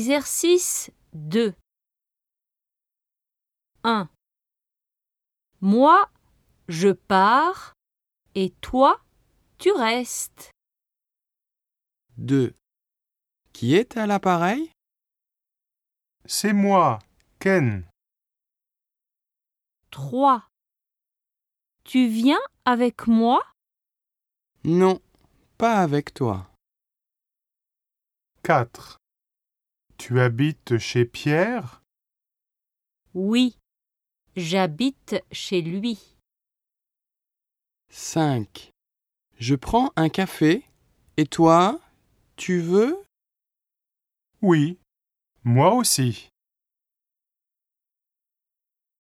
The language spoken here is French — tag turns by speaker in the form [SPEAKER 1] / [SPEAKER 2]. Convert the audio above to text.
[SPEAKER 1] Exercice 2 1. Moi, je pars et toi, tu restes.
[SPEAKER 2] 2. Qui est à l'appareil
[SPEAKER 3] C'est moi, Ken.
[SPEAKER 1] 3. Tu viens avec moi
[SPEAKER 2] Non, pas avec toi.
[SPEAKER 3] 4. Tu habites chez Pierre
[SPEAKER 1] Oui, j'habite chez lui.
[SPEAKER 2] 5. Je prends un café et toi, tu veux
[SPEAKER 3] Oui, moi aussi.